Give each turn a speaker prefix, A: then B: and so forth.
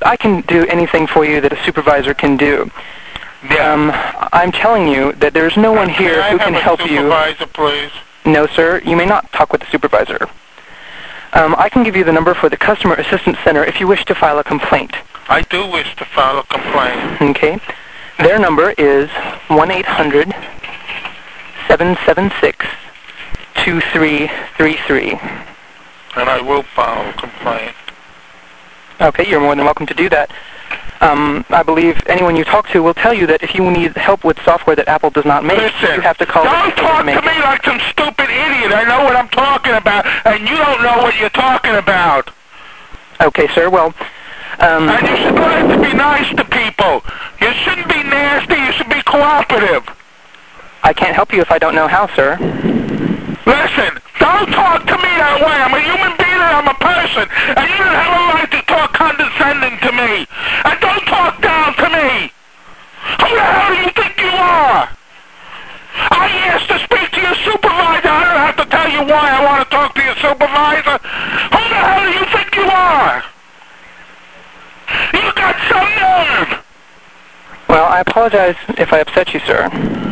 A: I can do anything for you that a supervisor can do.
B: Yeah.
A: Um, I'm telling you that there's no one here
B: I
A: who
B: have
A: can
B: a
A: help
B: Supervisor, please.
A: you. No, sir, you may not talk with the supervisor. Um, I can give you the number for the Customer Assistance Center if you wish to file a complaint.
B: I do wish to file a complaint.
A: Okay? Their number is 1 800 776 2333.
B: And I will file a complaint.
A: Okay, you're more than welcome to do that. Um, I believe anyone you talk to will tell you that if you need help with software that Apple does not make,
B: Listen,
A: you have to call
B: don't
A: the store
B: talk
A: to make
B: to me like some stupid idiot. I know what I'm talking about, and you don't know what you're talking about.
A: it. Okay, sir. Well, um,
B: And you should learn to be nice to people. You shouldn't be nasty. You should be cooperative.
A: I can't help you if I don't know how, sir.
B: Listen, don't talk to me that way. I'm a human being and I'm a person. And you don't have a right to talk condescending to me. And don't talk down to me. Who the hell do you think you are? I asked to speak to your supervisor. I don't have to tell you why I want to talk to your supervisor. Who the hell do you think you are? You got some nerve.
A: Well, I apologize if I upset you, sir.